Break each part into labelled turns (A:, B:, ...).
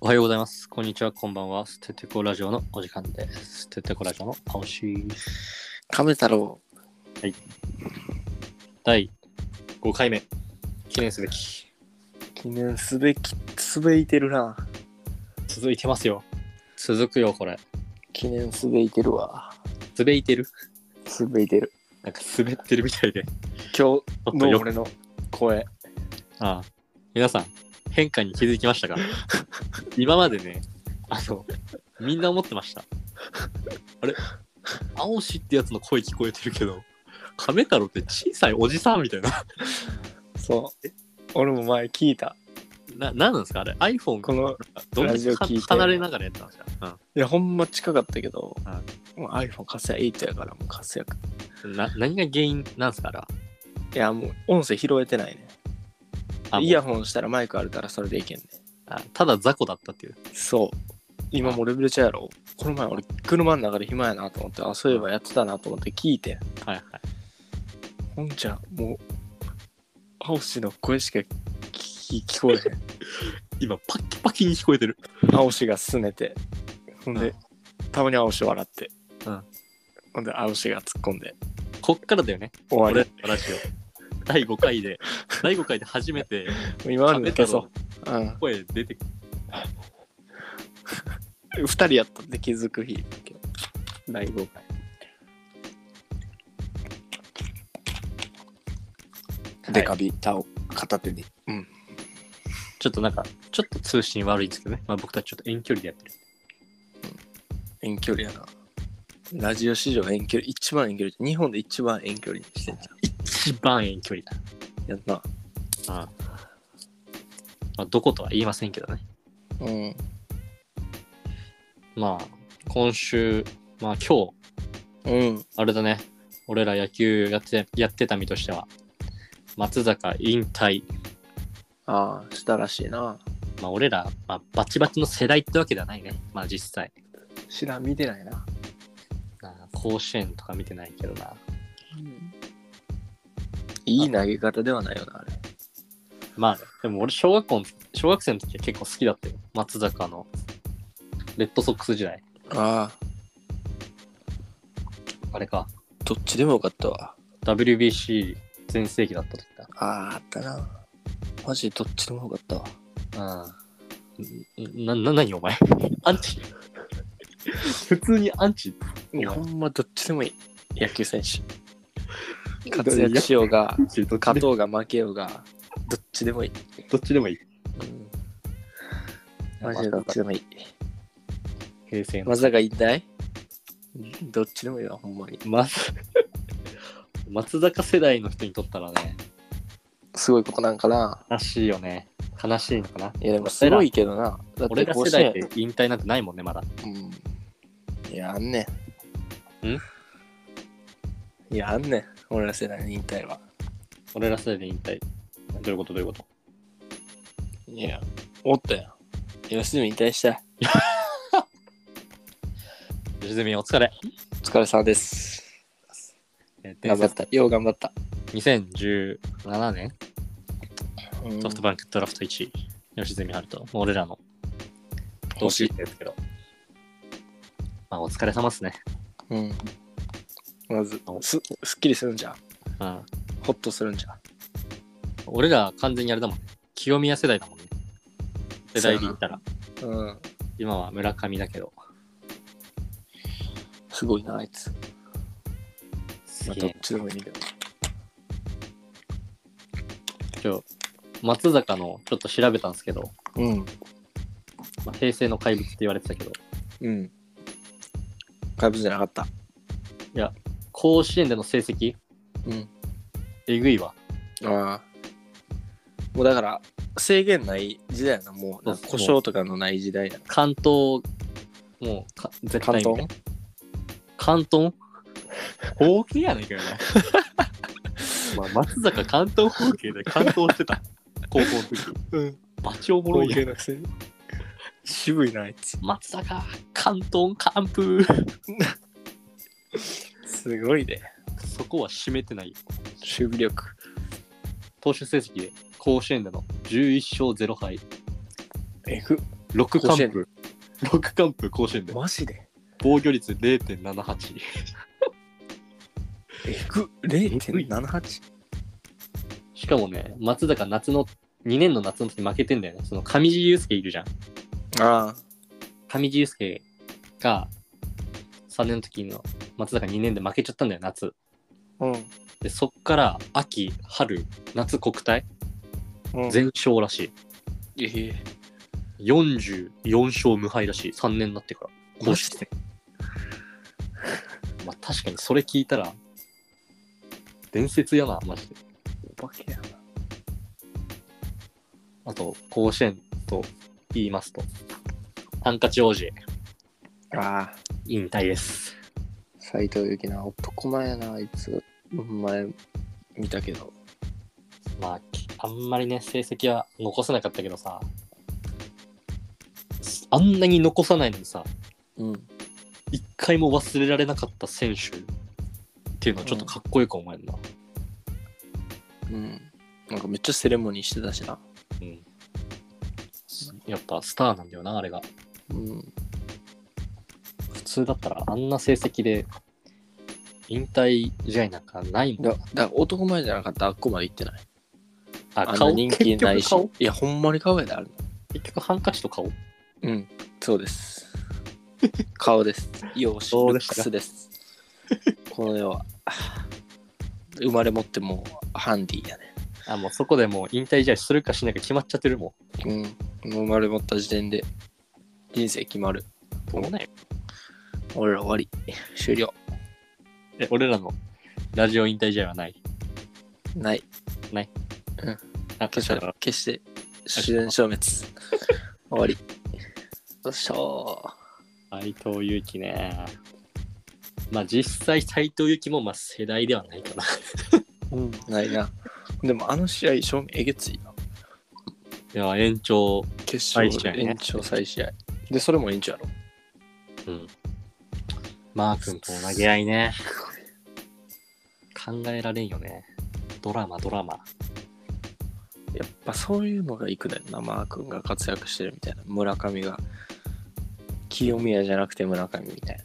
A: おはようございます。こんにちは、こんばんは。ステテコラジオのお時間です。ステテコラジオの青し
B: 亀太郎。
A: 第5回目、記念すべき。
B: 記念すべき、すべいてるな。
A: 続いてますよ。続くよ、これ。
B: 記念すべいてるわ。
A: 滑いてる
B: すべいてる。
A: なんか滑ってるみたいで。
B: 今
A: ょっ
B: 日
A: とよ
B: の俺の声。
A: ああ皆さん、変化に気づきました か今までね、あの、みんな思ってました。あれ青しってやつの声聞こえてるけど、亀太郎って小さいおじさんみたいな。
B: そう。俺も前聞いた。
A: な、なんなんですかあれ ?iPhone
B: この、
A: どんだ
B: ラジ
A: け
B: オ聞いて
A: 離れながらやったんですか、
B: いや、ほんま近かったけど、
A: は
B: もう iPhone 活躍8やから、もう活躍。
A: うん、な何が原因なんですかあれはい
B: や、もう音声拾えてないね。
A: あもう
B: イヤホンしたらマイクあるからそれでいけんね。
A: あただ雑魚だったっていう。
B: そう。今もうレベルちゃうやろ。この前俺車の中で暇やなと思って、あ、そういえばやってたなと思って聞いて。
A: はいはい。
B: ほんちゃん、もう、青しの声しか聞聞こえへん。
A: 今、パッキパキに聞こえてる。
B: 青しが拗ねてほんで、
A: うん
B: たまに青し笑って、
A: うん
B: ほんで青しが突っ込んで
A: こっからだよね。
B: 終わ
A: 俺のラジオ。第5回 で、第5回で初めて、
B: り今まで
A: 亀
B: で
A: 太
B: 消
A: 郎
B: そ
A: の
B: う、うん、
A: 声出てくる。
B: 2人やったんで気づく日第5回デカビタを片手に
A: ちょっとなんか、ちょっと通信悪いんですけどね。まあ僕たちちょっと遠距離でやってる。
B: 遠距離やなラジオ史上遠距離一番遠距離日本で一番遠距離にしてんじ
A: 一番遠距離だ。
B: ゃんやんな
A: ああまあ、どことは言いませんけどね。
B: うん
A: まあ、今週、まあ今日、
B: うん
A: あれだね。俺ら野球やってやってた身としては、松坂引退。
B: ああしたらしいな
A: まあ、俺ら、まあ、バチバチの世代ってわけではないね。まあ、実際。
B: 知らん見てないな、
A: なあ甲子園とか見てないけどな。
B: いい投げ方ではないよなあれ
A: まあ、でも俺、小学校の、小学生の時は結構好きだったよ。松坂の、レッドソックス時代。
B: ああ
A: あれか。
B: どっちでもよかったわ
A: WBC 全盛期だった時
B: あああったなマジどっちでもよかったわ
A: だ。うん。な、な、なにお前アンチ 普通にアンチ
B: いや
A: お
B: ほ
A: 前
B: んまどっちでもいい野球選手活躍しようが
A: アンチどっち
B: 勝
A: で
B: とうが負けようがどっちでもいい、
A: どっちでもいい。
B: マジでどっちでもいい
A: 平成の
B: まさか引退どっちでもいいわほんまに
A: ま松坂世代の人にとったらね、
B: すごいことなんかな
A: 悲しいよね。悲しいのかな。
B: いやでもすごいけどなだって
A: 俺ら
B: 甲
A: 世
B: 子
A: 代
B: 園
A: って引退なんてないもんね、まだ。
B: うんいや、あんねん。
A: ん
B: いや、あんねん。俺ら世代の引退は。
A: 俺ら世代で引退。どういうことどういうこと
B: いや、おったよ。良純引退した。
A: 吉住お疲れ。
B: お疲れ様です。
A: えー
B: 頑張っ
A: 伝
B: た。よう頑張った。
A: 説2017年、ソフト
B: バ
A: バンクドラフト1位。吉住春人。もう俺らの
B: ン
A: 同級生ですけど。まあ、お疲れ様っすね。
B: うん。まず、すすっきりするんじゃん。
A: うん。
B: ホッとするんじゃん。
A: 俺ら完全にあれだもんね。清宮世代だもんね。世代で言ったら。
B: うん。
A: 今は村上だけど。
B: すごいな、あいつ。
A: す
B: まあ、
A: げ
B: ど
A: え
B: っちでもいいけど。
A: 今日松坂のちょっと調べたんですけど、
B: うん。
A: まあ、平成の怪物って言われてたけど
B: うん。怪物じゃなかった。
A: 甲子園での成績
B: うん。
A: えぐいわ
B: ああ。もうだから、制限ない時代やな、もう。なん
A: そ
B: か
A: うそ
B: 故
A: う
B: 障とかのない時代やな。
A: 関東もうか絶対
B: 関東
A: 関東方形やねんけどねまあ松坂関東方形で関東して た高校の時
B: うん。
A: バチおも
B: ボ
A: ろ
B: ロ
A: い
B: い
A: やん
B: けなくせに。渋いな、あいつ。
A: 松坂関東完封
B: すごいね。
A: そこは締めてない
B: 守備力。
A: 投手成績で甲子園での11勝0敗
B: えぐ。
A: 6
B: 甲子
A: 完
B: 園
A: 封。6完封甲子園で。
B: マジで
A: 防御率0.78。
B: えぐ0.78
A: しかもね、松坂夏の、2年の夏の時負けてんだよね。その上地雄介いるじゃん。
B: ああ
A: 上地雄介が3年の時の松坂2年で負けちゃったんだよ、夏。
B: うん
A: で、そっから秋、春、夏国体、
B: うん
A: 全勝らし
B: ええ
A: い。44勝無敗らしい。3年になってから。
B: マジ
A: で。まあ確かにそれ聞いたら、伝説やな、マジで。
B: お化けやな
A: あと、甲子園と言いますと、ハンカチ王子、
B: ああ
A: 引退です。
B: 斎藤佑樹な男前やなあいつ前見たけど
A: まあ、きあんまりね、成績は残せなかったけどさ、あんなに残さないのにさ、
B: うん
A: 一回も忘れられなかった選手っていうのはちょっとかっこよく思えるな。
B: うんなんかめっちゃセレモニーしてたしな
A: うん。やっぱスターなんだよな、あれが。
B: うん
A: 普通だったらあんな成績で引退試合なんかないもん。
B: だだから男前じゃなかったらあっこまで行ってない
A: あ
B: あんな人気ない
A: 結
B: し
A: 局顔
B: いやほんまに顔やである
A: 結局ハンカチと顔
B: うんそうです 顔です容姿
A: そう
B: ル
A: で
B: ッ
A: す
B: ク
A: か
B: スですこの世はあ生まれ持ってもうハンディやね
A: あ、もうそこでもう引退試合するかしないか決まっちゃってるも
B: うんもう生まれ持った時点で人生決まる
A: ん。どうなんや
B: 俺ら終わり終了
A: え、俺らのラジオ引退試合はない。
B: ない
A: あ、確
B: 決して
A: か
B: 決して自然消滅終わりよっしゃー
A: に。斎藤佑樹ね。まあ実際斎藤佑樹もまあ世代ではない かな。
B: うんないなでもあの試合正面えげついない
A: や、延長。
B: 決
A: 最試合
B: 勝、
A: ね
B: 延長再試合でそれも延長やろ
A: うん。マー君との投げ合いね。考えられんよね。ドラマ、ドラマ。
B: やっぱそういうのがいくだよな、マー君が活躍してるみたいな。村上が、清宮じゃなくて村上みたい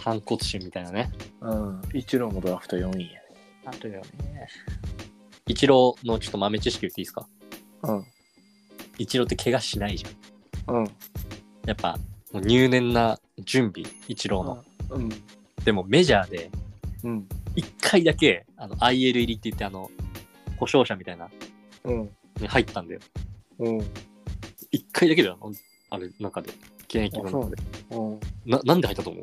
A: 反骨心みたいなね。
B: な。うん。一郎もドラフト4位やね。
A: あるよね。一郎のちょっと豆知識言っていいですか
B: うん。
A: 一郎って怪我しないじゃん。
B: うん。
A: やっぱ、もう入念な準備、一郎の。
B: うん。
A: でもメジャーで、
B: うん。
A: 一回だけ、あの、IL 入りって言って、あの、故障者みたいな、
B: うん。
A: ね、入ったんだよ。
B: うん。
A: 一回だけだよ。あれ、中で。現役の中で。
B: うん。
A: な、なんで入ったと思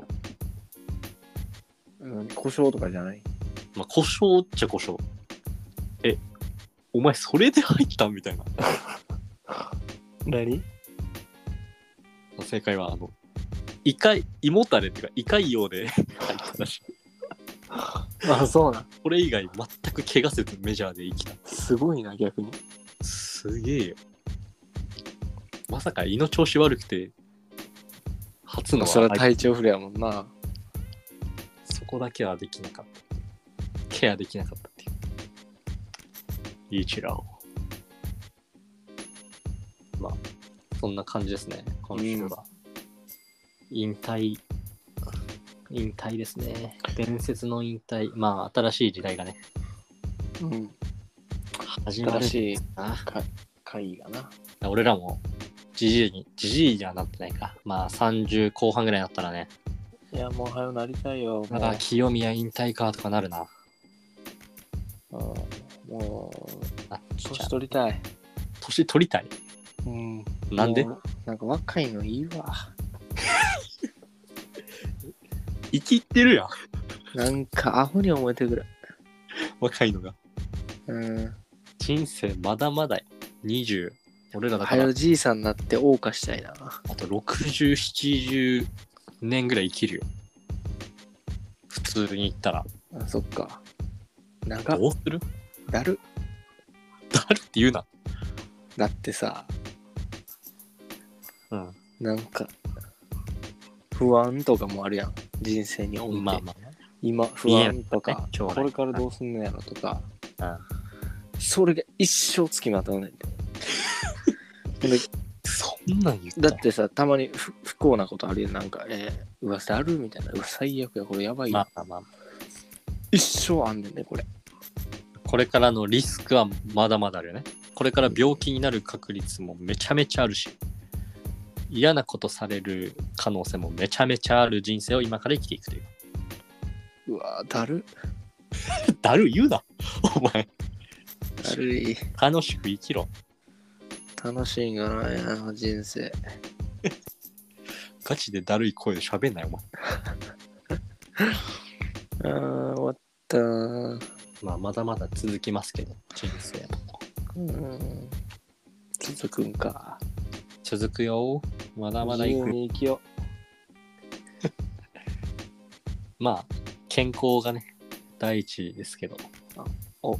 A: う
B: うん。故障とかじゃない
A: まあ、故障っちゃ故障。え、お前それで入ったみたいな。
B: 何
A: 正解は、あの、胃かい、胃もたれっていうか、胃潰瘍で入ったらしい。
B: あ、そうなん。
A: これ以外全く怪我せずメジャーで生きた。
B: すごいな、逆に。
A: すげえよ。まさか胃の調子悪くて、初の
B: それは
A: あい
B: 体調不良やもんな。
A: そこだけはできなかった。ケアできなかったっていう。一郎。まあ、そんな感じですね、今週は。引退。引退ですね。伝説の引退。まあ、新しい時代がね、
B: うん。
A: 始まるんです
B: 新しい
A: な。
B: 会がな。
A: 俺らもじじいにじじいにはなってないかまあ30後半ぐらいになったらね
B: いや、もう早うなりたいよ。も
A: あ清宮引退かとかなるな
B: うん、もう、
A: あちっちゃ
B: 年取りたい。
A: 年取りたい
B: うん。
A: なんで
B: もうなんか若いのいいわ。
A: 生きってるやん
B: なんかアホに思えてくる。
A: 若いのが
B: うん。
A: 人生まだまだよ20俺らだか
B: は
A: ら
B: よじいさんになって謳歌したいな。
A: あと6070年ぐらい生きるよ普通に言ったら
B: あそっか。長っ
A: どうする
B: だる。
A: だるって言うな
B: だってさ、
A: うん
B: なんか、不安とかもあるやん。人生において。
A: まあま
B: 今、不安と
A: いや
B: か、
A: 将来
B: これからどうすんのやろとか、
A: あ、
B: それが一生つきまとうねんて。
A: そんなん言った
B: だってさ、たまに不不幸なことあるやん。なんか、えー、噂あるみたいな。うわ最悪や、これやばいよ。
A: まあまあ、
B: 一生あんねんね、これ。
A: これからのリスクはまだまだあるよね。これから病気になる確率もめちゃめちゃあるし、嫌なことされる可能性もめちゃめちゃある人生を今から生きていくという。
B: うわだる。
A: だるい言うな、お前。
B: だるい。
A: 楽しく生きろ。
B: 楽しいんがないな、人生。
A: ガチでだるい声で喋んない、お前。
B: あー、終わったー。
A: まあ、まだまだ続きますけど、人生も。
B: うーん。続くんか。
A: 続くよ。まだまだ
B: 自
A: 行く。
B: 由に生きよ
A: まあ、健康がね、第一ですけど。
B: う。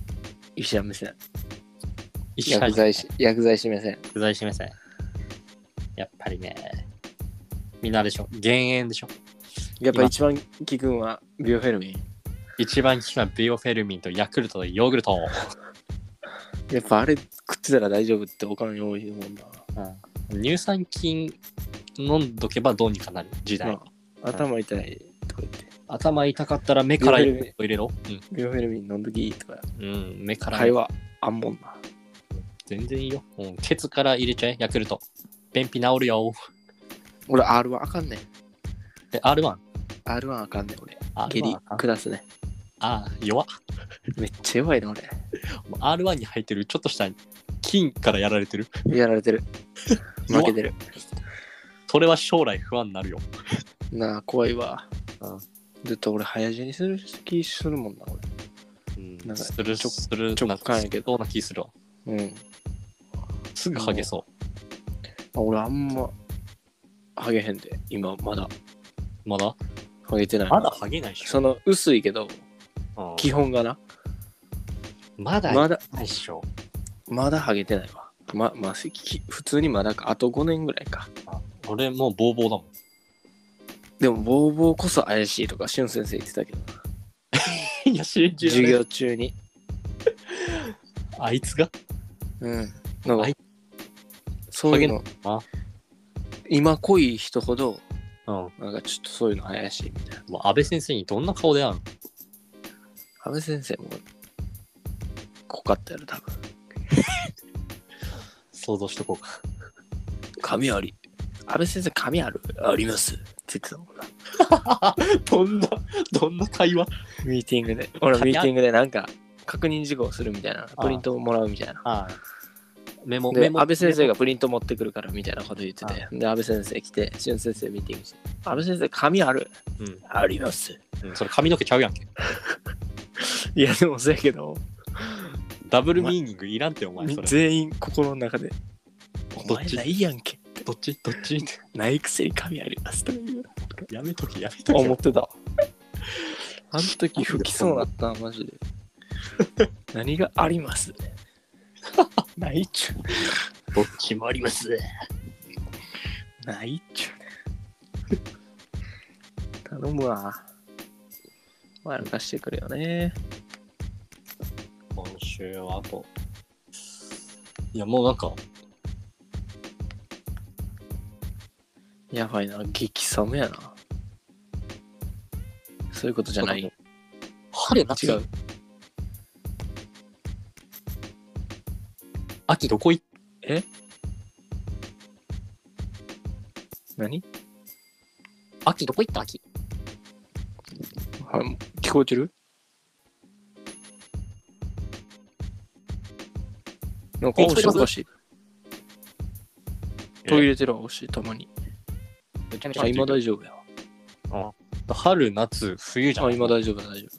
B: 医者目線。
A: 一
B: 薬剤師、薬剤師目線。
A: 薬剤師目線。やっぱりね、みんなあれでしょ、減塩でしょ。
B: やっぱ一番聞くんは、ビオフェルミン。
A: 一番効くのはビオフェルミンとヤクルトとヨーグルト。
B: やっぱあれ食ってたら大丈夫っておかんよう言うもんな。
A: うん乳酸菌飲んどけばどうにかなる時代。
B: まあ、頭痛いとか言って、
A: 頭痛かったら目から
B: ビオ
A: ヨー
B: フェルミン
A: グルト入れろ。
B: ビオフェルミン飲んどきとか、
A: うん、うん、目から
B: 会話あんもんな。
A: 全然いいよ。うん、ケツから入れちゃえ、ヤクルト。便秘治るよ。
B: 俺 R1 あかんねん。
A: で、R1。
B: R1 あかんねん俺。
A: あ
B: 下痢下すね。
A: あ、弱っ。
B: めっちゃ弱いな俺。
A: R1 に入ってる、ちょっとした金からやられてる。
B: やられ てる。
A: 弱
B: 負けてる。
A: それは将来不安になるよ。
B: なあ、怖いわ
A: うん。
B: ずっと俺早死にする気するもんな
A: うん
B: なんか
A: する
B: ちょ
A: する
B: 直感やけ
A: ど。そうな気するわ。
B: 俺。うん。
A: すぐ剥げそ
B: 俺あんま、ハゲへんで。今まだ、
A: う。まだ
B: ハゲてない。
A: まだ剥げないでしょ。
B: その薄いけど、
A: うん
B: 基本がな。
A: まだ
B: まだ、
A: ないっしょ。
B: まだハゲてないわ。ま、まあ、せき普通にまだか、あと5年ぐらいか。
A: 俺もうボーボーだもん。
B: でも、ボーボーこそ怪しいとか、しゅん先生言ってたけどな、
A: いや、信じられ
B: 授
A: ない
B: 業中に。
A: あいつが
B: うん。なん
A: は
B: か
A: い、
B: そういうの
A: あ、
B: 今濃い人ほど、
A: うん。も
B: なんかちょっとそういうの怪しいみたいな。
A: う安倍先生にどんな顔で会うの
B: 安部先生も、濃かったやろ、多分。
A: 想像しとこうか。
B: 髪あり。安部先生、髪あるあります。って言ってたもんな。
A: どんな、どんな会話
B: ミーティングで。俺、
A: 髪
B: ミ
A: あ
B: ー
A: る
B: ティングでなんか、確認事項をするみたいな。プリントをもらうみたいな。
A: ああメモ、
B: で
A: メ
B: 安
A: モ。
B: 倍先生がプリント持ってくるからみたいなこと言ってて、で安倍先生来て、俊先生ミーティングして、安倍先生、髪ある
A: うん。
B: あります。
A: うん。それ髪の毛ちゃうやんけ。
B: いや、でもそうやけど、
A: ダブルミーニングいらんって、お前。それ
B: 全員心の中で、お
A: ど
B: 前
A: っち
B: ないやんけ。
A: どっちどっちって
B: ないくせに髪ありますとか言う。
A: やめとけ、やめと
B: 思
A: け
B: っ。てた。あの時吹きそうだった、マジで。 何があります ないっちゅ
A: どっちもあります。
B: う。ないっちゅうね。頼むわ。まあ、貸してくれよね。
A: 今週はあと。いや、もうなんか、
B: やばいな、激寒やな。そういうことじゃない。違う。
A: 春夏秋どこ行っ
B: 何
A: 秋どこ行った秋
B: あ聞こえてるなんか、
A: え
B: おしい
A: 聞
B: お
A: こえてます
B: かしい。
A: え
B: 途入れてるわ、おしい、たまに。
A: めちゃめ
B: あ、今大丈夫や。
A: 春夏冬じゃん
B: あ、今大丈夫だ、大丈夫。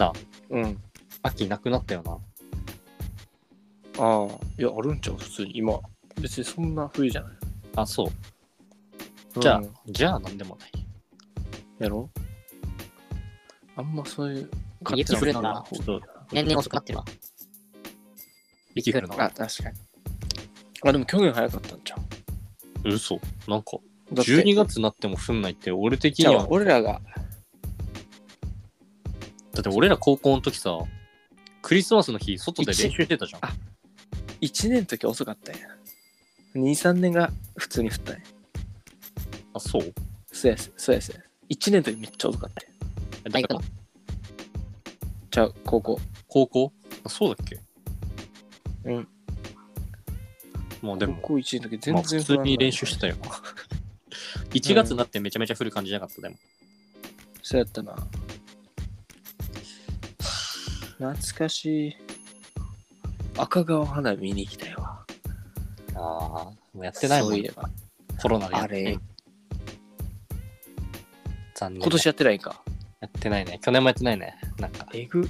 A: なあ
B: うん。
A: 秋なくなったよな
B: ああ、いや、あるんちゃう、普通に。今。別にそんな冬じゃない。
A: あそうじゃあ、
B: うん
A: じゃあなんでもない
B: やろあんまそういう。
A: 雪降るのがちょっと年々遅くなってるわ雪降るの
B: あ、確かに。あ、でも去年早かったんちゃ
A: 嘘なんか
B: うだって
A: 12月になっても降んないって俺的
B: じ
A: に
B: ゃ
A: は
B: あ俺らが、
A: だって俺ら高校の時さクリスマスの日外で練習してたじゃん
B: あ1年の時遅かったんや23年が普通に降ったんや
A: あ、そう
B: そうやすそうやす1年の時めっちゃ遅かったんや
A: えだから
B: ちゃう高校
A: 高校あそうだっけ
B: うん。
A: もうでも、
B: 高校1年の時全
A: まあ
B: 然
A: 普
B: 降
A: 通
B: らんかった
A: に練習してたよ。1月になってめちゃめちゃ降る感じじゃなかった、でも。
B: そうやったな懐かしい赤川花見に行きたいわ
A: ああ、もうやってないも
B: そ
A: ん
B: ういえば
A: コロナでやっ
B: あれ
A: 残念。
B: 今年
A: や
B: やってないんか
A: ってないね。去年もやってないね。なんか、
B: えぐ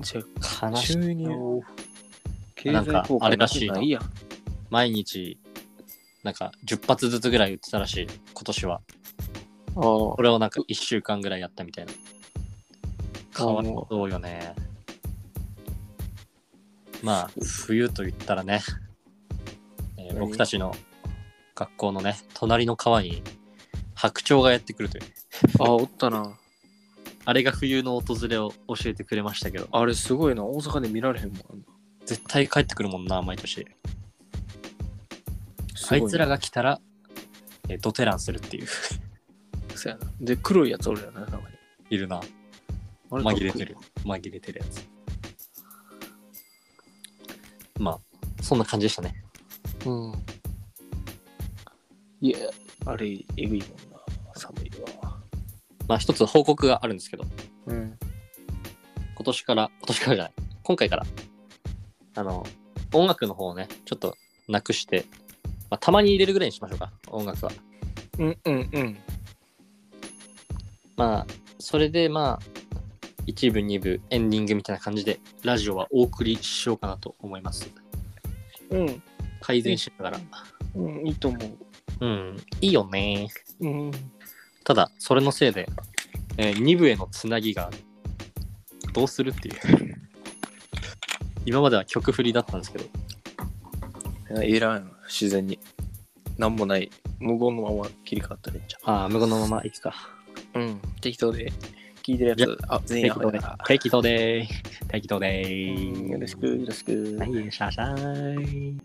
B: じゃ
A: 悲
B: あ
A: しい
B: 中に経
A: なん
B: 済
A: か
B: 効
A: あ
B: 果
A: れらしいな
B: ないやん
A: 毎日、なんか10発ずつぐらい打ってたらしい、今年は。
B: ああ
A: これをなんか1週間ぐらいやったみたいな。変わるそうよね。まあ、冬と言ったらね、えー
B: 何
A: 僕たちの学校のね、隣の川に白鳥がやってくるという、
B: あおったな
A: あれが冬の訪れを教えてくれましたけど、
B: あれすごいな大阪で見られへんもん
A: 絶対帰ってくるもんな、毎年。
B: す
A: あ
B: ごない
A: つらが来たら、えードテランするっていう、
B: そうやなで黒いやつおるよなたまに
A: いるな。
B: あれ
A: 紛れてる。紛れてるやつ。まあ、そんな感じでしたね。
B: うん。いや、あれ、えぐいもんな、寒いわ。
A: まあ、一つ報告があるんですけど、
B: うん。
A: 今年から、今年からじゃない、今回から、あの、音楽の方をね、ちょっとなくして、まあ、たまに入れるぐらいにしましょうか、音楽は。
B: うんうんうん。
A: まあ、それでまあ、一部、二部、エンディングみたいな感じで、ラジオはお送りしようかなと思います。
B: うん、
A: 改善しながら。
B: うん、いいと思
A: うん、いいよね。
B: う。うん。
A: ただ、それのせいで、えー二部へのつなぎが、どうするっていう。 今までは曲振りだったんですけど、
B: いらん、自然に。なんもない。無言のまま切り替わったらいいんじ
A: ああ、無言のまま行く か。
B: ゃん。うん。適当で。聞いてるや
A: じゃ
B: つ、あ、全員
A: 適当で
B: あは。
A: 適当で適当で
B: いうんよろしく、よろしく。
A: はい、シャーシャーイ。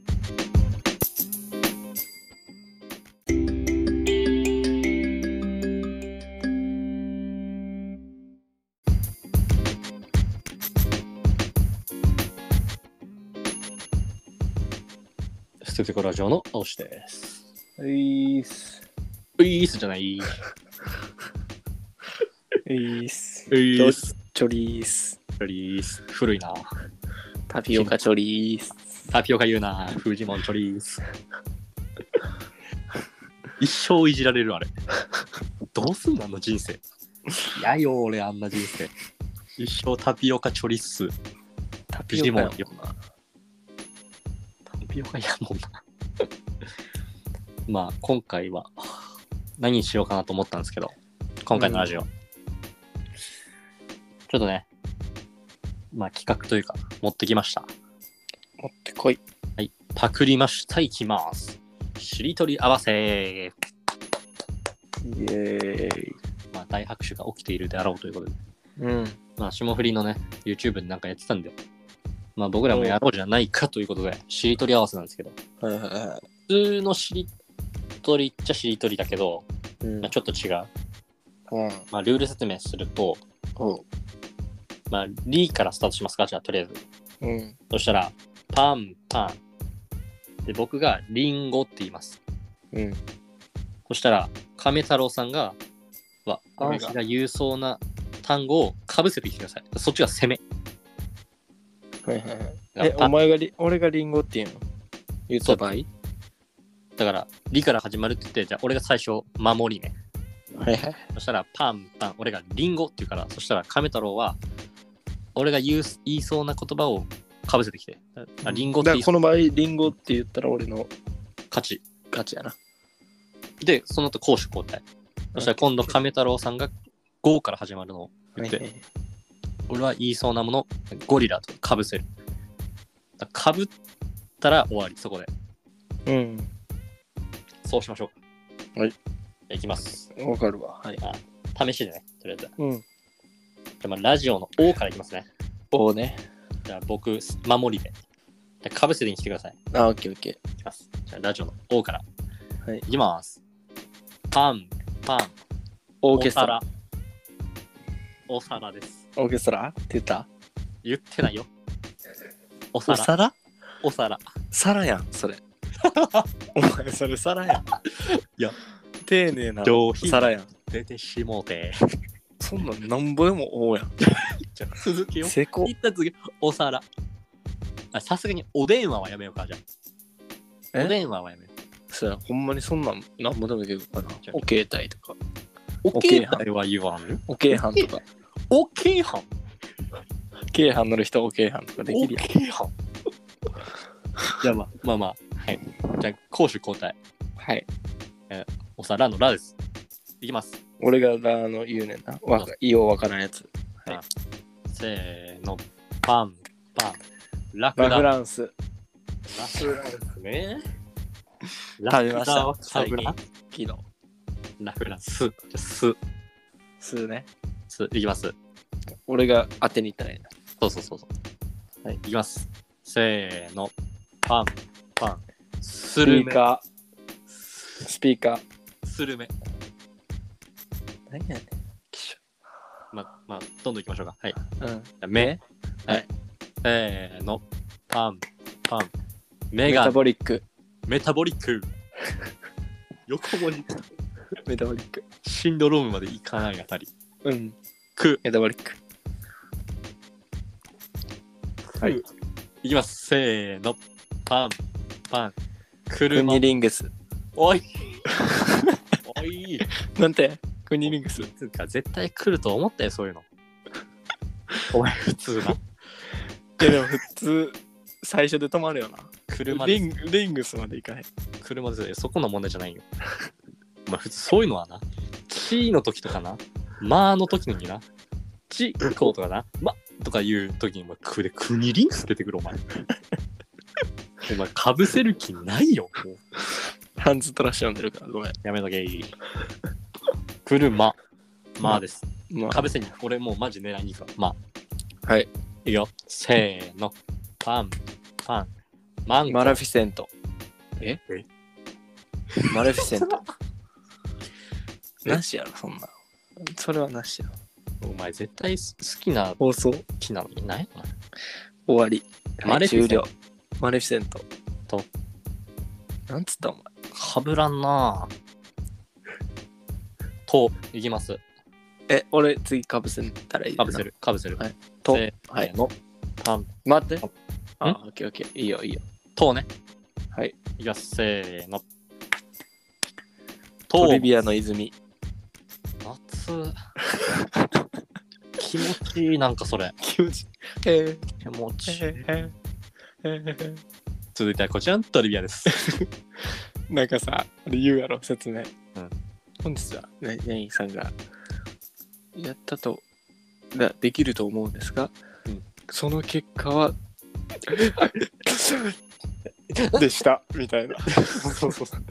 A: ステテコラジオの青しです。
B: いいっす。
A: ういーすじゃない。
B: いいっす。
A: ういーす。
B: チョリース。
A: ういーす。古いな。
B: タピオカチョリース。
A: タピオカ言うな、フジモンチョリース。 一生いじられるあれ。どうすんのあの人生。嫌よ、俺、あんな人生。一生タピオカチョリッス。
B: タ
A: フジモン
B: やもんな。
A: タピオカやもんな。 まあ、今回は何にしようかなと思ったんですけど、今回のラジオ。ちょっとね、まあ企画というか、持ってきました。
B: 持ってこい。
A: はい、パクりました。いきます。しりとり合わせ。
B: イエーイ。
A: まあ、大拍手が起きているであろうということで、
B: うん。
A: まあ、霜降りのね、YouTube でなんかやってたんで、まあ、僕らもやろうじゃないかということで、しりとり合わせなんですけど、
B: はいはいは
A: 普通のしりとりっちゃしりとりだけど、
B: い。うん
A: まあ、ちょっと違う。
B: うん。
A: まあ、ルール説明すると、
B: おう。
A: まあ、リーからスタートしますか、じゃあ、とりあえず。
B: うん。
A: そしたら、パン、パン。で、僕がリンゴって言います。
B: うん。
A: そしたら、亀太郎さんが、は、
B: 俺
A: 私
B: が
A: が言うそうな単語をかぶせてきてください。そっちが攻め。
B: はいはいはい。え、
A: パ
B: お
A: ン
B: 前がリ、俺がリンゴっていうの言った
A: そう
B: 場合。
A: だ
B: は
A: ね
B: い
A: だから、リから始まるって言って、じゃあ俺が最初、守りね。
B: はい。
A: そしたら、パンパン、俺がリンゴって言うから、そしたら、亀太郎は、俺が言う言いそうな言葉をかぶせてきて。あリンゴって言
B: だか
A: い
B: ら
A: そ
B: こ
A: う
B: の場合、リンゴって言ったら俺の
A: 勝ち。
B: 勝ちやな。
A: で、その後、攻守交代。そしたら、今度、亀太郎さんが5から始まるのを言
B: は
A: っ
B: い
A: て、
B: はい
A: 俺は言いそうなもの、ゴリラとかぶせる。だかぶったら終わり、そこで。
B: うん。
A: そうしましょうか。
B: はい
A: じゃあ。いきます。
B: わかるわ。はい。
A: 試しでね、とりあえず。じゃ
B: うん。
A: あまあラジオの O からいきますね。
B: おうね。
A: じゃあ僕、守りで。じゃあかぶせてに来てください。
B: あ、オッケーオッケ
A: いきます。じゃあラジオの O から。
B: はい
A: きます。パン、パン、
B: ー。オーケストラ。
A: お皿。お皿です。
B: オーケストラって言った
A: 言ってないよ。お
B: お
A: 皿、
B: 皿
A: お皿。
B: 皿やん、それ。お前、それ皿やん。い
A: や、
B: 丁寧な
A: 上品
B: 皿やん。
A: 出てしもうて。
B: そんなんなんぼでもおうやん。
A: じゃあ続けよう。
B: 成功
A: 言。った次、お皿。あさすがにお電話はやめようか、じゃあ。お
B: え
A: 電話はやめよう。
B: そうや、ほんまにそんなんなんぼでもいけるかな
A: じゃ。あ
B: お携帯とか、
A: お
B: 携
A: 携
B: 帯
A: 帯は言わんよ。
B: お軽飯とか、
A: おけいはん。
B: 軽飯乗る人はお軽飯とかできるやん。
A: けいはん。じゃあまあ、まあまあ。はい。じゃあ、攻守交代。
B: はい。
A: お皿のラです。いきます。
B: 俺があの言うねんな。わか、ようわからんやつ。
A: せーの、パン、パン、ラクダ。
B: ラフランス。
A: ラクダですね。ラ
B: 食べ
A: ク
B: まし
A: ダ
B: た
A: は。最近
B: 昨日。
A: ラクダ、ス、じゃあス、
B: 数ね。
A: ス、いきます。
B: 俺が当てに行ったらいいな。
A: そうそうそうそう。
B: はい
A: いきます。せーの、パン、パン、ス
B: スピ
A: ル
B: ー
A: メ、
B: カー。スピーカー。
A: スルメ。
B: 何やねん。
A: ま、まあ、どんどんいきましょうか。はい。
B: うん。
A: 目。
B: は
A: はいい。せーの、パン、パン、メ
B: メ
A: ガ
B: タ
A: ネ、
B: ボリック。
A: メタボリッ ク。横文字、
B: メタボリック。
A: シンドロームまでいかないあたり。
B: うん。
A: く、
B: メタボリック。はい。
A: いきます。せーの。パン、パン、
B: ク
A: 車
B: ニ。リングス。
A: おいおい
B: なんてクニリングス。
A: つうか、絶対来ると思ったよ、そういうの。お前、普通 な。
B: いやでも普通、最初で止まるよな。
A: 車
B: リ
A: で
B: ンリングスまでいかへん。
A: す、車ですよ。そこの問題じゃないよ。お前、普通、そういうのはな。チーの時とかな。まあの時にな。チー、こうとかな。ま、とか言う時に、お前、くで、くにりんす出てくる、お前。お前、かぶせる気ないよ。もう
B: ハンズトラッシュ読んでるから、ごめん。
A: やめとけい。車。まあです。
B: ま
A: かぶせに、俺もうマジ狙いに行くわ。ま
B: あ、はい。
A: あ、いいよ。せーの。パン、パン、マンコ
B: マレフィセント。
A: え
B: マレフィセント。なしやろ、そんな。それはなしやろ。
A: お前絶対す好きな、好
B: 放送
A: きなのにないな。
B: 終わり。
A: マレフィセント
B: はい終了マレフィセント。
A: と。
B: なんつったお前。
A: かぶらんなぁと、いきます。
B: え、俺次かぶせたらいい
A: かぶせ
B: る。
A: る、かぶせる。
B: はいと。
A: せ
B: はい
A: ー。の。パン、
B: 待って
A: ん。
B: あ、オッケーオッケー。いいよ、いいよ。
A: とね。
B: はい。
A: いきます。せーの。と
B: トリビアの泉。
A: 夏。気持ちいい、なんかそれ。
B: 気持ちいい。え
A: 気持
B: ー、
A: ちいい。
B: えー、えー、
A: 続いてはこちらのトリビア です。
B: なんかさ、あれ言うやろ、説明。
A: うん
B: 本日は、ね、ネイさんが、やったと、だできると思うんですが、
A: うん
B: その結果は、 でした、みたいな。そうそうそう。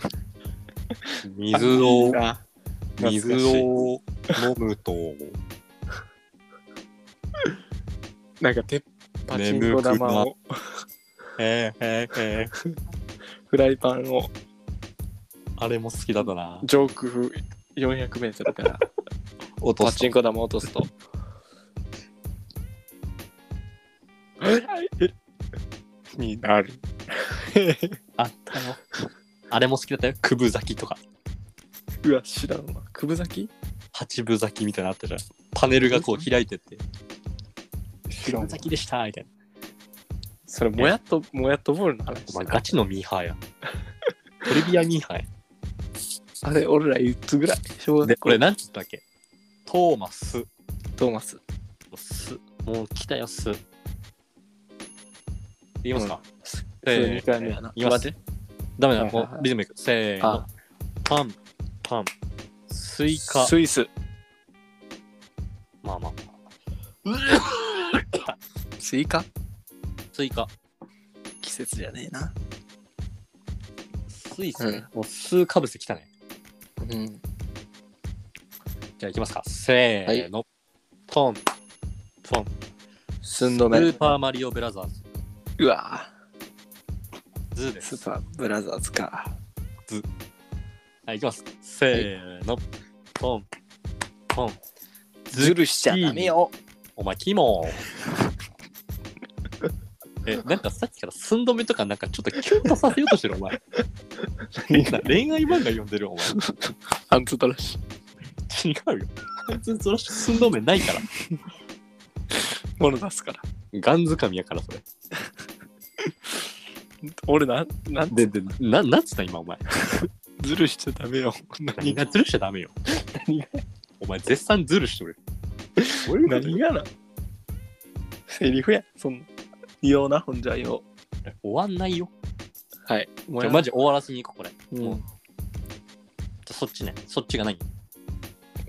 A: 水を。
B: あ
A: 水を飲むと
B: なんか、鉄パチンコ玉を、
A: えええ
B: フライパンを、
A: あれも好きだったな
B: 上空400メートルから、
A: 落
B: パ
A: と
B: チン
A: し
B: コ玉を落とすと。になる。
A: あったよあれも好きだったよ九分咲きとか
B: うわ、知らんわ。くぶ咲
A: 八分咲きみたいなのあったじゃんパネルがこう開いてって
B: き知
A: 九分咲きでしたみたいな
B: それ、もやっと、もやっとボールの話。
A: お前ガチのミーハー やトリビアミーハーや
B: あれ、俺ら4つぐらい。小学校
A: でこれ何つったっけトーマス
B: トーマス。
A: スもう来たよスいきますか、
B: それ
A: せーの
B: 二回目やな。
A: いきます
B: 待って
A: ダメだ、
B: はいはいはい
A: もうリズムいくせーの
B: あ
A: パンパンスイカ
B: スイス。
A: まあまあ
B: スイカ
A: スイカ
B: 季節じゃねえな。
A: スイスね、もう数かぶせきたね
B: うん。
A: じゃあいきますかせーの、ポンポン
B: 寸
A: ス
B: 止め
A: ー。パーマリオブラザーズ
B: うわ
A: ズです
B: ス。ーパーブラザーズか。
A: はい、いきます。せーの。ポン。ポン。
B: ズルしちゃダメ よ。
A: お前、キモ え、なんかさっきから寸止めとかなんかちょっとキュンとさせようとしてる、お前。変な恋愛漫画読んでるよ、お前。
B: アンツトラシ。
A: 違うよ。完全にその人寸止めないから。
B: もの出すから。
A: ガンづかみやから、それ。
B: 俺なん、なんで
A: で、で、な、なんつった今、お前。
B: ズルしちゃダメよ。
A: 何
B: 何が、
A: がズルしちゃダメよ。
B: 何が、
A: お前、絶賛ズルしとる。
B: 何がな。セリフや。そんな。ような、ほんじゃよ。
A: 終わんないよ。
B: はい。も
A: じゃあ
B: や
A: マジ終わらずに行こう、これ。じ
B: うん
A: ゃそっちね。そっちが何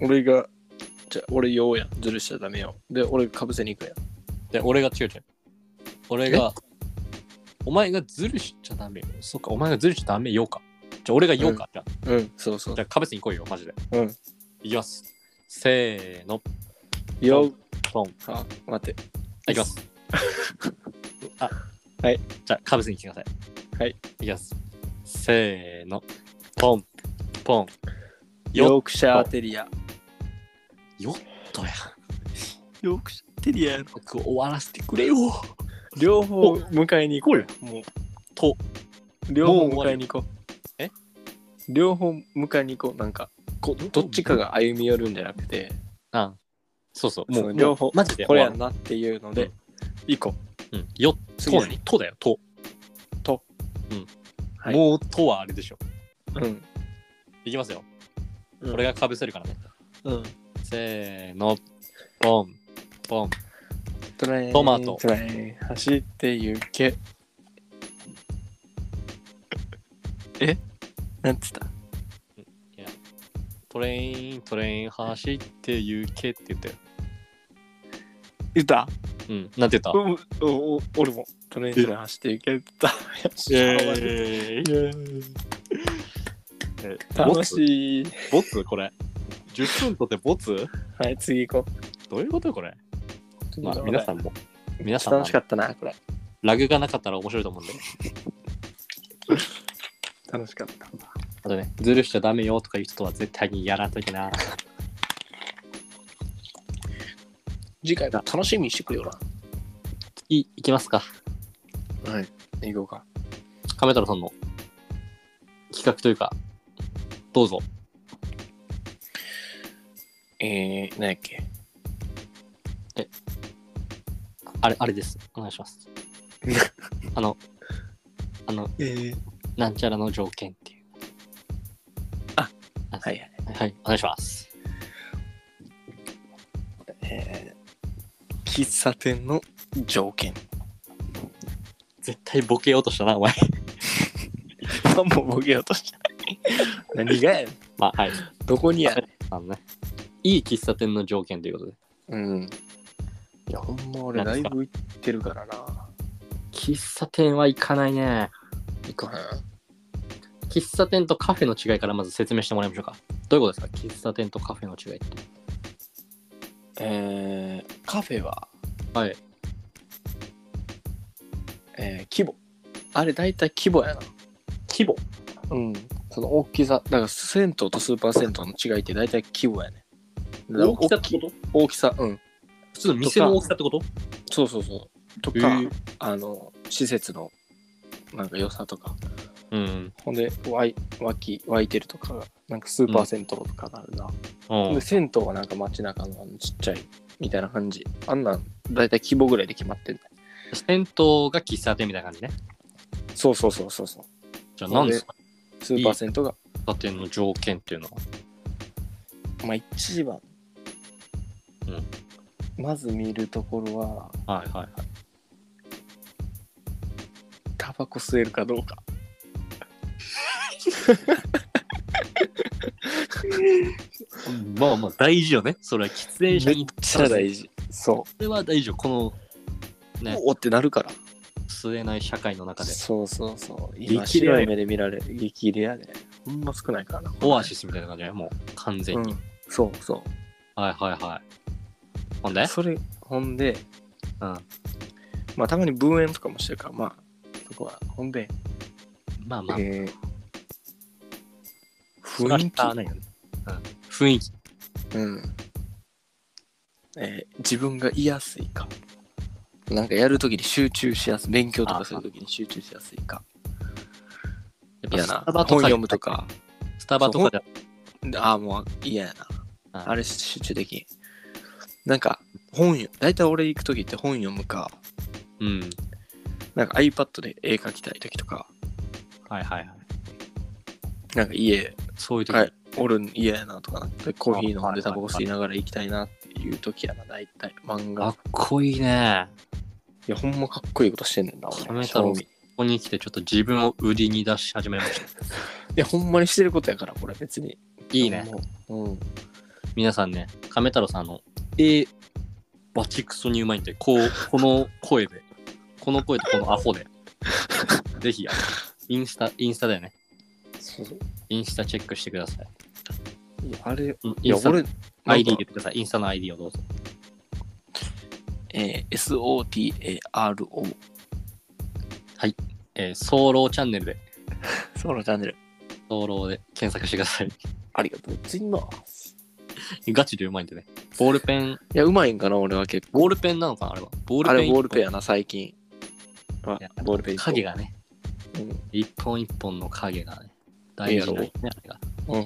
B: 俺が、じゃあ俺ようやん。ズルしちゃダメよ。で、俺かぶせに行くやん。
A: で、俺が違う違う。俺が、お前がズルしちゃダメよ。そっか、お前がズルしちゃダメよか。じゃあ俺がようか。じゃあ
B: うん、そうそう
A: じゃ。あ、かべつに来いよ、マジで。
B: うん。
A: いきます。せーの、
B: よう。
A: ポン。
B: あ、待って。
A: いきます。あ、
B: はい。
A: じゃあ、かぶせに来てください。
B: はい。
A: いきます。せーの、ポン、ポン。
B: ヨ
A: よ
B: ークシャーテリア。
A: よっとや。
B: ヨークシャーテリアの
A: 僕終わらせてくれよ。
B: 両方迎えに行こうよ。もう。
A: と、
B: 両方迎えに行こう。
A: え
B: 両方迎えに行こう。なんか、こどっちかが歩み寄るんじゃなくて、
A: あそうそう。
B: そ
A: も
B: の
A: う、
B: 両方
A: もうマジで
B: こ
A: 終
B: れ
A: わ
B: や
A: る。
B: なっていうの
A: う
B: で
A: ん、
B: 行こ
A: うん。よっ
B: う。
A: と
B: 次
A: 何とだよ、と。
B: と。
A: うん。
B: はい
A: もう、とはあれでしょ。
B: うん。
A: いきますよ。
B: うん
A: これがかぶせるからね。
B: うん。
A: せーの、ポン、ポン。
B: トレイン
A: トマト
B: トレイン走って行け。えなんつった
A: トレイン、トレイン、走って行けって言ったよ。
B: 言った
A: うん。なんて言った
B: うんおお俺もトレイントレイン走って行けって言った。
A: え
B: 楽しい。
A: ボツこれ。10分とってボツ
B: はい、次行こ
A: どういうことこれ、
B: う。
A: まあ、皆さんも。皆さんも
B: 楽しかったな、これ。
A: ラグがなかったら面白いと思うんで。
B: 楽しかった。
A: あとね、ズルしちゃダメよとかいう人は絶対にやらんといけな。
B: 次回も楽しみにしてくれよ
A: い、いきますか。
B: な。はい。行こうか。
A: 亀太郎さんの企画というか、どうぞ。
B: えー、何やっけ
A: あれ、あれです。お願いし ます。あの、あの、
B: えー、
A: なんちゃらの条件っていう。
B: あ、は
A: はいい。はい、お願いします。
B: えー、喫茶店の条件。
A: 絶対ボケようとしたな、お前。
B: もうボケようとしてない。何がやねん
A: まあ、はい。
B: どこにやねん
A: あのね、いい喫茶店の条件ということで。
B: うん。いや、ほんま俺ライブ行ってるからな。
A: 喫茶店は行かないね。
B: 行かへ
A: 喫茶店とカフェの違いからまず説明してもらいましょうか。どういうことですか喫茶店とカフェの違いって。
B: ん。えー、カフェは、
A: はい。
B: えー、規模。あれ大体規模やな。
A: 規模
B: うん。その大きさ、だから銭湯とスーパー銭湯の違いって大体規模やね。
A: 大きさってこと
B: 大きさ、うん。
A: 普通の店の大きさってこと
B: そうそうそう。とか、
A: へえ
B: あの、施設の、なんか良さとか。
A: うん。
B: ほんで、湧い、湧き、湧いてるとか、なんかスーパー銭湯とかなるな。
A: う
B: ほんで、銭湯はなんか街中のあのちっちゃい、みたいな感じ。あんなん、だいたい規模ぐらいで決まってんだ。
A: 銭湯が喫茶店みたいな感じね。
B: そうそうそうそうそう。
A: じゃあ何ですか
B: スーパー銭湯が、
A: 喫茶店の条件っていうのは。
B: まあ一番。
A: うん
B: まず見るところは、
A: はいはいはい。
B: タバコ吸えるかどうか。
A: まあまあ大事よね。それは喫煙者
B: めっ
A: に。
B: ちゃ大事。
A: そ
B: そ
A: れは大事よ。この
B: う。
A: ね
B: おってなるから。
A: 吸えない社会の中で。
B: そうそうそう。
A: 激レア
B: 今白い目で見られる。激レアで。ほんま少ないからな。
A: オアシスみたいな感じだよ。もう完全
B: う
A: に。
B: ん。そうそ
A: はいはいはい。ほんで
B: う。それ、ほんで、
A: うん。
B: まあたまに分煙とかもしてるから、まあ、そこは、ほんで、
A: まあまあ、
B: えー
A: それは
B: 雰囲
A: 仕方
B: 気
A: ないよねうん雰囲気。
B: うん。えー自分が言いやすいか。なんかやるときに集中しやすい。勉強とかするときに集中しやすいか。
A: や
B: 嫌
A: っぱ
B: な
A: スタ。バ
B: 本
A: とか
B: 読むとか。
A: スタバとかで
B: ああ、もう嫌や
A: あ
B: な。あれ集中できん。なんか、本よ。だいたい俺行くときって本読むか、
A: うん。
B: なんか iPad で絵描きたいときとか、
A: はいはいはい。
B: なんか家、
A: そういう時、
B: はい、おるん嫌やなとかなって、コーヒー飲んで
A: あ
B: タバコ吸いながら行きたいなっていうときやな、だいたい。漫
A: か
B: 画
A: っ。こいいね。
B: いや、ほんまかっこいいことしてんねんな、俺。
A: 亀太郎
B: 正味
A: ここに来てちょっと自分を売りに出し始めました。
B: いや、ほんまにしてることやから、これ別に。
A: いいね。
B: もう。うん。
A: 皆さんね、亀太郎さんあの、えバチクソにうまいんで、こう、この声で、この声とこのア ホで、ぜひ、あのインスタ、インスタだよね。
B: そうそう。
A: インスタチェックしてください。
B: いや、あれ、
A: うん
B: い
A: イン
B: や
A: ス、タの
B: 俺、
A: ID
B: な
A: 言っ
B: んか
A: てください。インスタの ID をどうぞ。
B: えー、SOTARO。
A: えー、ソーローチャンネルで、
B: そうのチャンネル。
A: ソーローで検索してください。
B: ありがとうございます。
A: ガチでうまいんでね。ボールペン、
B: いや、うまいんかな、俺は結構。
A: ボールペンなのかなあれは。ボール
B: あ
A: ペン。
B: れ、ボールペンやな、最近。あ
A: いや、
B: ボールペン。
A: 影。がね、
B: うん。
A: 一本一本の影がね、大事だよね。あれが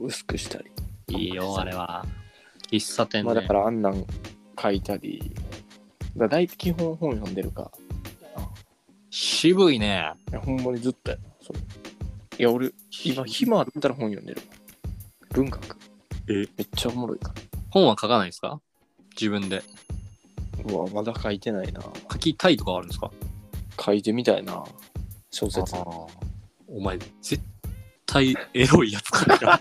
B: うん。薄くしたり。
A: いいよ、あれは。喫茶店
B: まあ、
A: で、
B: だから、あんなん書いたり。だから、大体基本本読んでるか。
A: 渋いね。
B: いや、ほんまにずっとやな、それ。いや、俺、今、暇あったら本読んでるわ。文学。
A: え
B: めっちゃおもろいから。
A: 本は書かないですか自分で。
B: うわ、まだ書いてないな。
A: 書きたいとかあるんですか
B: 書いてみたいな。小説。
A: お前、絶対エロいやつ書い た。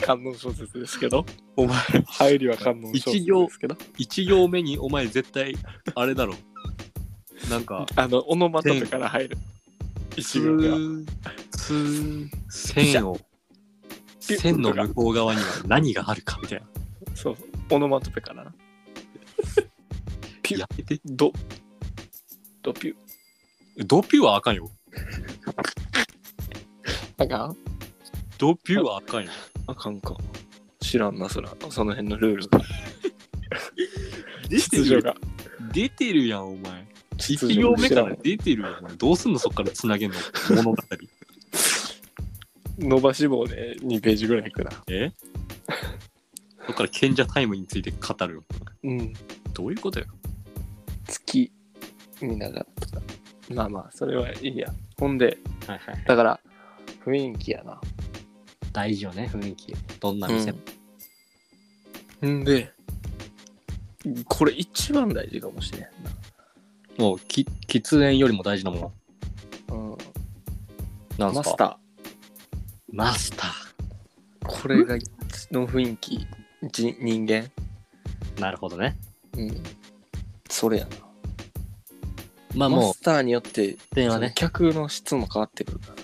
B: 観音小説ですけど。
A: お前、
B: 入りは観音小説ですけど。
A: 一行目にお前絶対、あれだろ。なんか、
B: あの、オノマトペから入る。一行目は。
A: つー線を、
B: ピュッ
A: 線の向こう側には何があるかみたいな。
B: そうそう。オノマトペからな。ピュ
A: やめて。
B: ド。ドピュ。
A: ドピュはあかんよ。
B: あかん
A: ドピュはあ かんよ。
B: あかんか。知らんな、そら。その辺のルールが。
A: 出て
B: 秩序
A: る
B: が。
A: 出てるやん、お前。
B: 秩
A: 一
B: 序
A: 行
B: が
A: 目
B: 知
A: からら
B: ん
A: 出てるやん、お前。どうすんのそっからつなげんの物語。
B: 伸ばし棒で2ページぐらいいくな。
A: えそっから賢者タイムについて語るよ。
B: うん。
A: どういうことよ
B: 月見ながらとか。まあまあ、それはいいや。ほんで、
A: はいはい。
B: だから、雰囲気やな。
A: 大事よね、雰囲気。どんな
B: うん
A: 店も。
B: んで、これ一番大事かもしれんな。
A: もうき、喫煙よりも大事なもの。
B: うん、
A: なんす
B: マ
A: か
B: スタ
A: マスタ
B: ー。これが、の雰囲気、じ人間。
A: ー。なるほどね。
B: うん。それやな。
A: まあ
B: マ
A: もう
B: ス、ターによって、
A: 喫煙は
B: その
A: ね、
B: 客の質も変わってくるか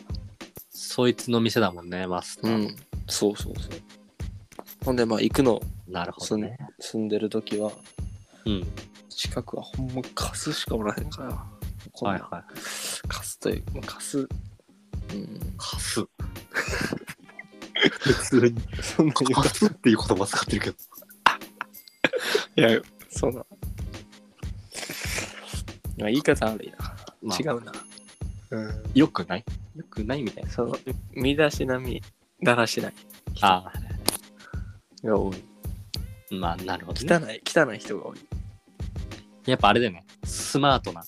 A: そいつの店だもんね、マスタ
B: ら。う
A: ー。
B: ん。そうそうそう。ほんで、まあ、行くの、
A: なるほど
B: 住ん,、
A: ね。
B: 住んでる時は、
A: うん。
B: 近くはほんまカスしかおらへんから。こん
A: は
B: ない
A: はい。
B: カスというまあカス、うん、
A: カス。普通に。
B: そんな言う
A: カスっていう言葉使ってるけど。
B: いや、そうな。まあ、言い方悪いな。
A: まあ
B: 違うな。うん。
A: よくないよくないみたいな。
B: その、身だしなみ、だらしない
A: あ
B: 人が多い。
A: あ、まあなるほど、ね。
B: 汚い、汚い人が多い。
A: やっぱあれだよね。スマートな。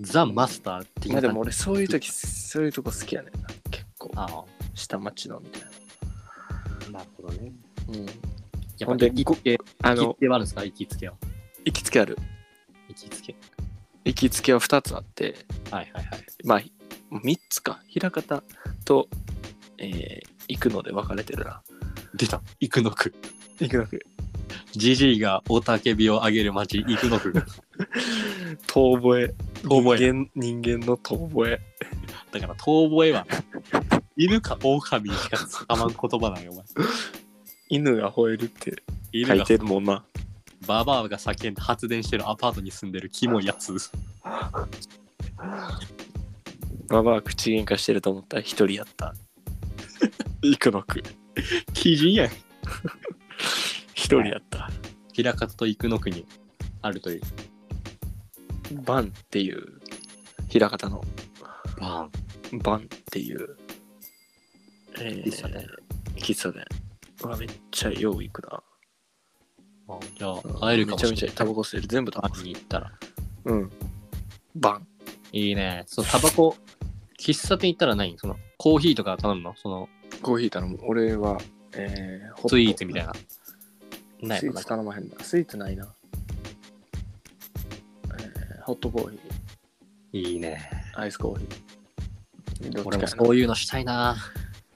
A: ザ・マスターっていう
B: ま
A: 感
B: あ
A: じ
B: でも俺、そういう時、そういうとこ好きやねんな。結構、
A: ああ、
B: 下町のみたいな。
A: なるほどね。
B: うん。
A: や
B: ほ
A: っ
B: ん
A: ぱ
B: で
A: 行きつけ、
B: あ
A: 行き
B: の
A: つ、けはあるんですか行きつけは。
B: 行きつけある。
A: 行きつけ。
B: 行きつけは2つあって、
A: はいはいはい。
B: まあ、3つか。枚方と、えー、行くので分かれてるな。
A: 出た。行くのく。
B: 行くのく。
A: ジジイがおたけびをあげる街、行くのく。
B: 遠吠え。
A: 遠吠え
B: 人間人間の遠吠え。
A: だから、遠吠えは、犬か狼にしか使わん言葉なんよ、お前。
B: 犬が吠えるって書
A: 犬
B: い
A: が、
B: てるもんな。
A: ババアが叫んで 発電してるアパートに住んでるキモいやつ。
B: まま口喧嘩してると思ったら一人 やった。幾野くん、
A: 基準やん。
B: 一人やった。
A: 平方と生野区にあるという。
B: バンっていう、平方の
A: バ
B: バンっていう、えー、
A: 喫茶店
B: 喫茶店。うわ、めっちゃよう行くな。
A: ーン。じゃあ、会えるかもしれない。
B: めちゃめちゃタバコ吸える。全部タバコ
A: に行ったら。
B: うん。バン。
A: いいね。そのタバコ、喫茶店行ったら何その、コーヒーとか頼むのその、
B: コーヒー頼む。俺は、えー、ホット
A: スイーツみたいな。ない
B: スイ
A: の
B: ー
A: な
B: ツ
A: んか
B: 頼まへんな。スイーツないな。えーホットコーヒー、
A: いいね。
B: アイスコーヒー。どっ
A: 俺も
B: ちかやな
A: そ
B: いう
A: いうのしたいな。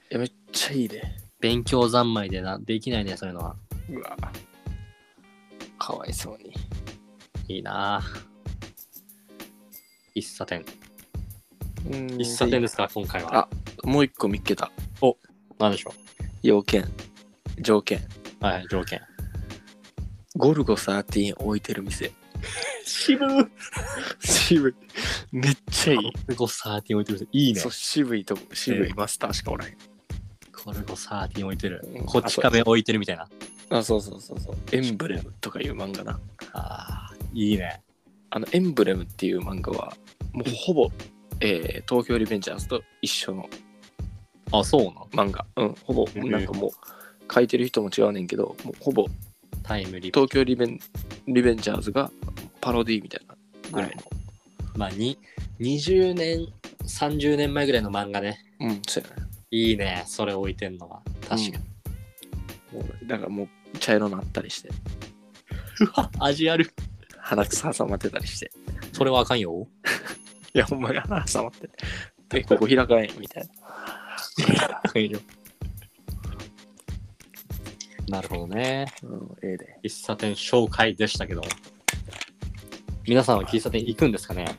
B: や、めっちゃいいで。
A: 勉強三昧でな、できないね、そういうのは。
B: うわ。かわいそうに。
A: いいな。喫茶店。
B: うん
A: 喫茶店ですか、今回は。
B: あもう一個見っけた。
A: なんでしょ
B: 要件。条件。
A: う。はい、条件。
B: ゴルゴ13置いてる店。
A: 渋
B: 渋い。めっちゃいい。
A: ゴサーティン置いてる。いいね
B: そう。渋いとこ渋いマスターしかおらへん。
A: これゴサーティン置いてる
B: う。ん
A: こっち壁置いてるみたいな。
B: あ、そうそうそうそう。エンブレムとかいう漫画な。
A: ああ、いいね。
B: あの、エンブレムっていう漫画は、もうほぼ、えー東京リベンジャーズと一緒の
A: あ、そうなの
B: 漫画。うん、ほぼ、
A: へえ
B: なんかもう、書いてる人も違うねんけど、もうほぼ、
A: タイムリープ。
B: 東京リベンリベンジャーズがパロディみたいなぐらいの。
A: まあ、に20年、30年前ぐらいの漫画ね。
B: うん、そうやね。
A: いいね、それ置いてんのは。確かに。
B: もうだからもう、茶色なったりして、
A: うわ、味ある。
B: 鼻くそ挟まってたりして。
A: それはあかんよ。
B: いや、ほんまに鼻挟まって。え、ここ開かへんみたいな。
A: あかんよ。なるほどね。
B: うん、ええで。
A: 喫茶店紹介でしたけど。皆さんは喫茶店行くんですかね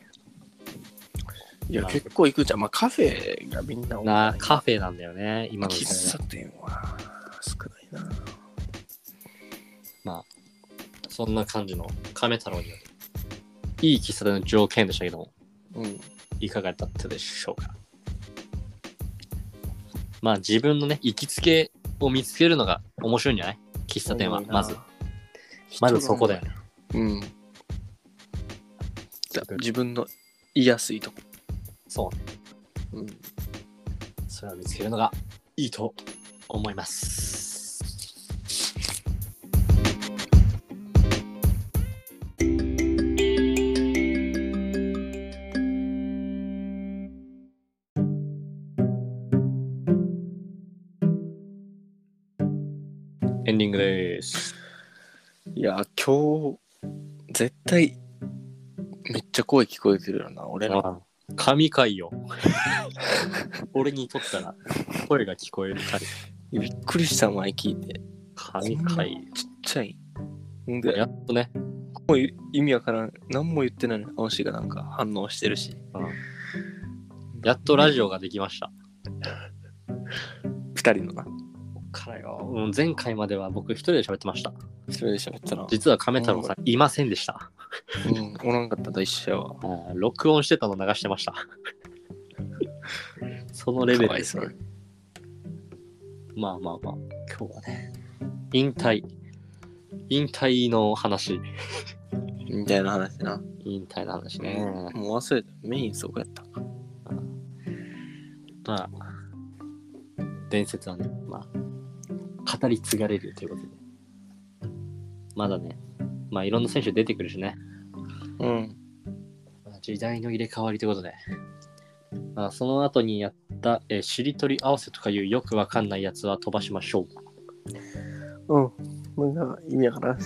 B: いや、結構行くじゃん。まあ、カフェがみんな多い
A: なカフェなんだよね、今の時代
B: 喫
A: は
B: 茶。店は少ないな。
A: そんな感じの亀太郎による。いい喫茶店の条件でしたけども、
B: うん。
A: いかがだったでしょうか。まあ自分のね、行きつけを見つけるのが面白いんじゃない喫茶店は、まず。。まずそこだよ。ね。
B: うん。だ自分の言いやすいとこ。
A: そうね。
B: うん。
A: それを見つけるのがいいと思います。エンディングです。
B: いや、今日、絶対、めっちゃ声聞こえてるよな、俺の。
A: 神回よ。 俺にとったら声が聞こえる回。
B: びっくりした、前聞いて。
A: 神回。
B: ちっちゃい。んで、
A: やっとね、
B: もう意味わからん。何も言ってないのに、青しがなんか反応してるし。
A: やっとラジオができました。
B: 二人のな。
A: からよ。うん前回までは僕一人で喋ってました。
B: それで喋ったな。
A: 実は亀太郎さんいませんでした。
B: うん、おらんかったと一緒やわ。
A: あー録音してたの流してま した。そのレベ
B: か
A: ル
B: わい
A: で
B: そうに
A: まあまあまあ、今日はね、引退。引退の話。
B: みたいな話な。
A: 引退の話ね。
B: もう忘れた。メインそこやった。
A: まあ、伝説はね、まあ、語り継がれるということで。まだね、まあいろんな選手出てくるしね。
B: うん。
A: まあ時代の入れ替わりということで、まあ、その後にやった、えーしりとり合わせとかいうよくわかんないやつは飛ばしましょう。
B: うん。なんか意味わからん。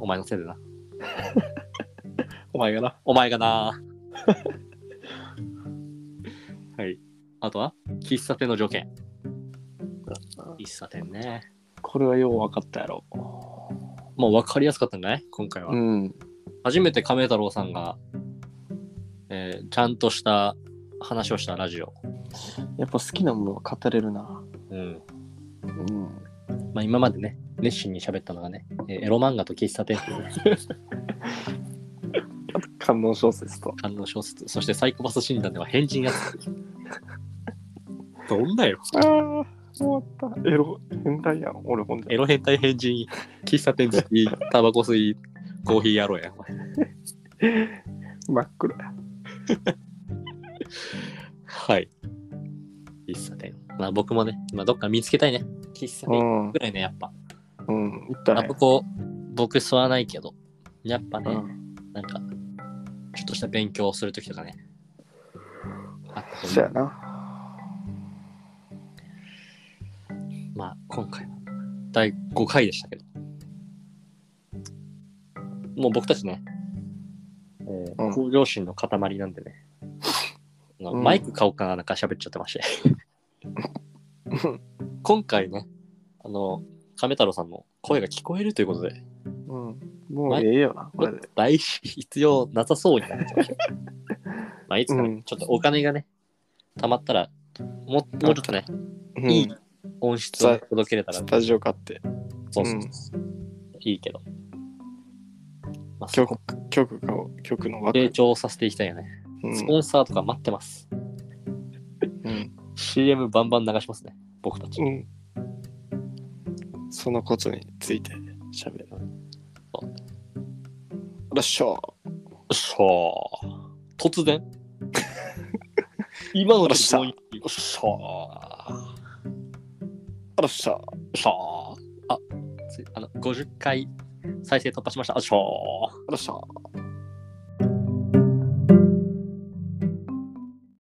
A: お前のせいでな。
B: お前がな。
A: お前がな。 はい。あとは喫茶店の条件。喫茶店ね。
B: これはよう分かったやろ。
A: もうわかりやすかったんじゃない今回は。
B: うん。
A: 初めて亀太郎さんが、えーちゃんとした話をしたラジオ。
B: やっぱ好きなものは語れるな。
A: うん。
B: うん。
A: まあ今までね、熱心に喋ったのがね、えーエロ漫画と喫茶店っていうね
B: 観音小説と。
A: 観音小説、そしてサイコパス診断では変人やつ。どんなよ。
B: ああ、終わった。エロ、変態やん、俺ほん
A: エロ変態変人、喫茶店好き、タバコ吸い、コーヒー野郎や。お前
B: 真っ黒や。
A: はい。喫茶店。まあ僕もね、今どっか見つけたいね。喫茶
B: う
A: 店
B: ん、
A: ぐらいね、やっぱ。
B: うん、いっ
A: タ
B: た
A: バ
B: ね。
A: コ、僕吸わないけど、やっぱ
B: う
A: ね、
B: ん、
A: なんか、ちょっとした勉強をするときとかね。あったと
B: そ
A: 思
B: や
A: う
B: な。
A: まあ、今回は第5回でしたけど。もう僕たちね、えー
B: うん
A: 向上心の塊なんでね。まあ
B: うん
A: マイク買おうかななんか喋っちゃってま して。今回ね、あの、亀太郎さんの声が聞こえるということで、
B: うん、もうええよな、これで。
A: 来週必要なさそうになってま したよ。まあ、いつかね、
B: うん
A: ちょっとお金がね、貯まったら、ももうちょっとね、
B: うん
A: いい音質を届けれたら、
B: スタジオ買って、
A: そうそうそういいけど。まあ、そ
B: 曲
A: こ、
B: 曲買おう、曲の枠。
A: 成長させていきたいよね。
B: うん
A: スポンサーとか待ってます。
B: うん、
A: CM バンバン流しますね、僕たち。
B: うん。そのことについて喋る。
A: そ
B: らっしゃー。
A: さあ、突然今ので強引さあ、
B: あらっしゃー。
A: さあ、あ、ついあの、50回再生突破しました。あ、さあ。
B: あらっしゃー。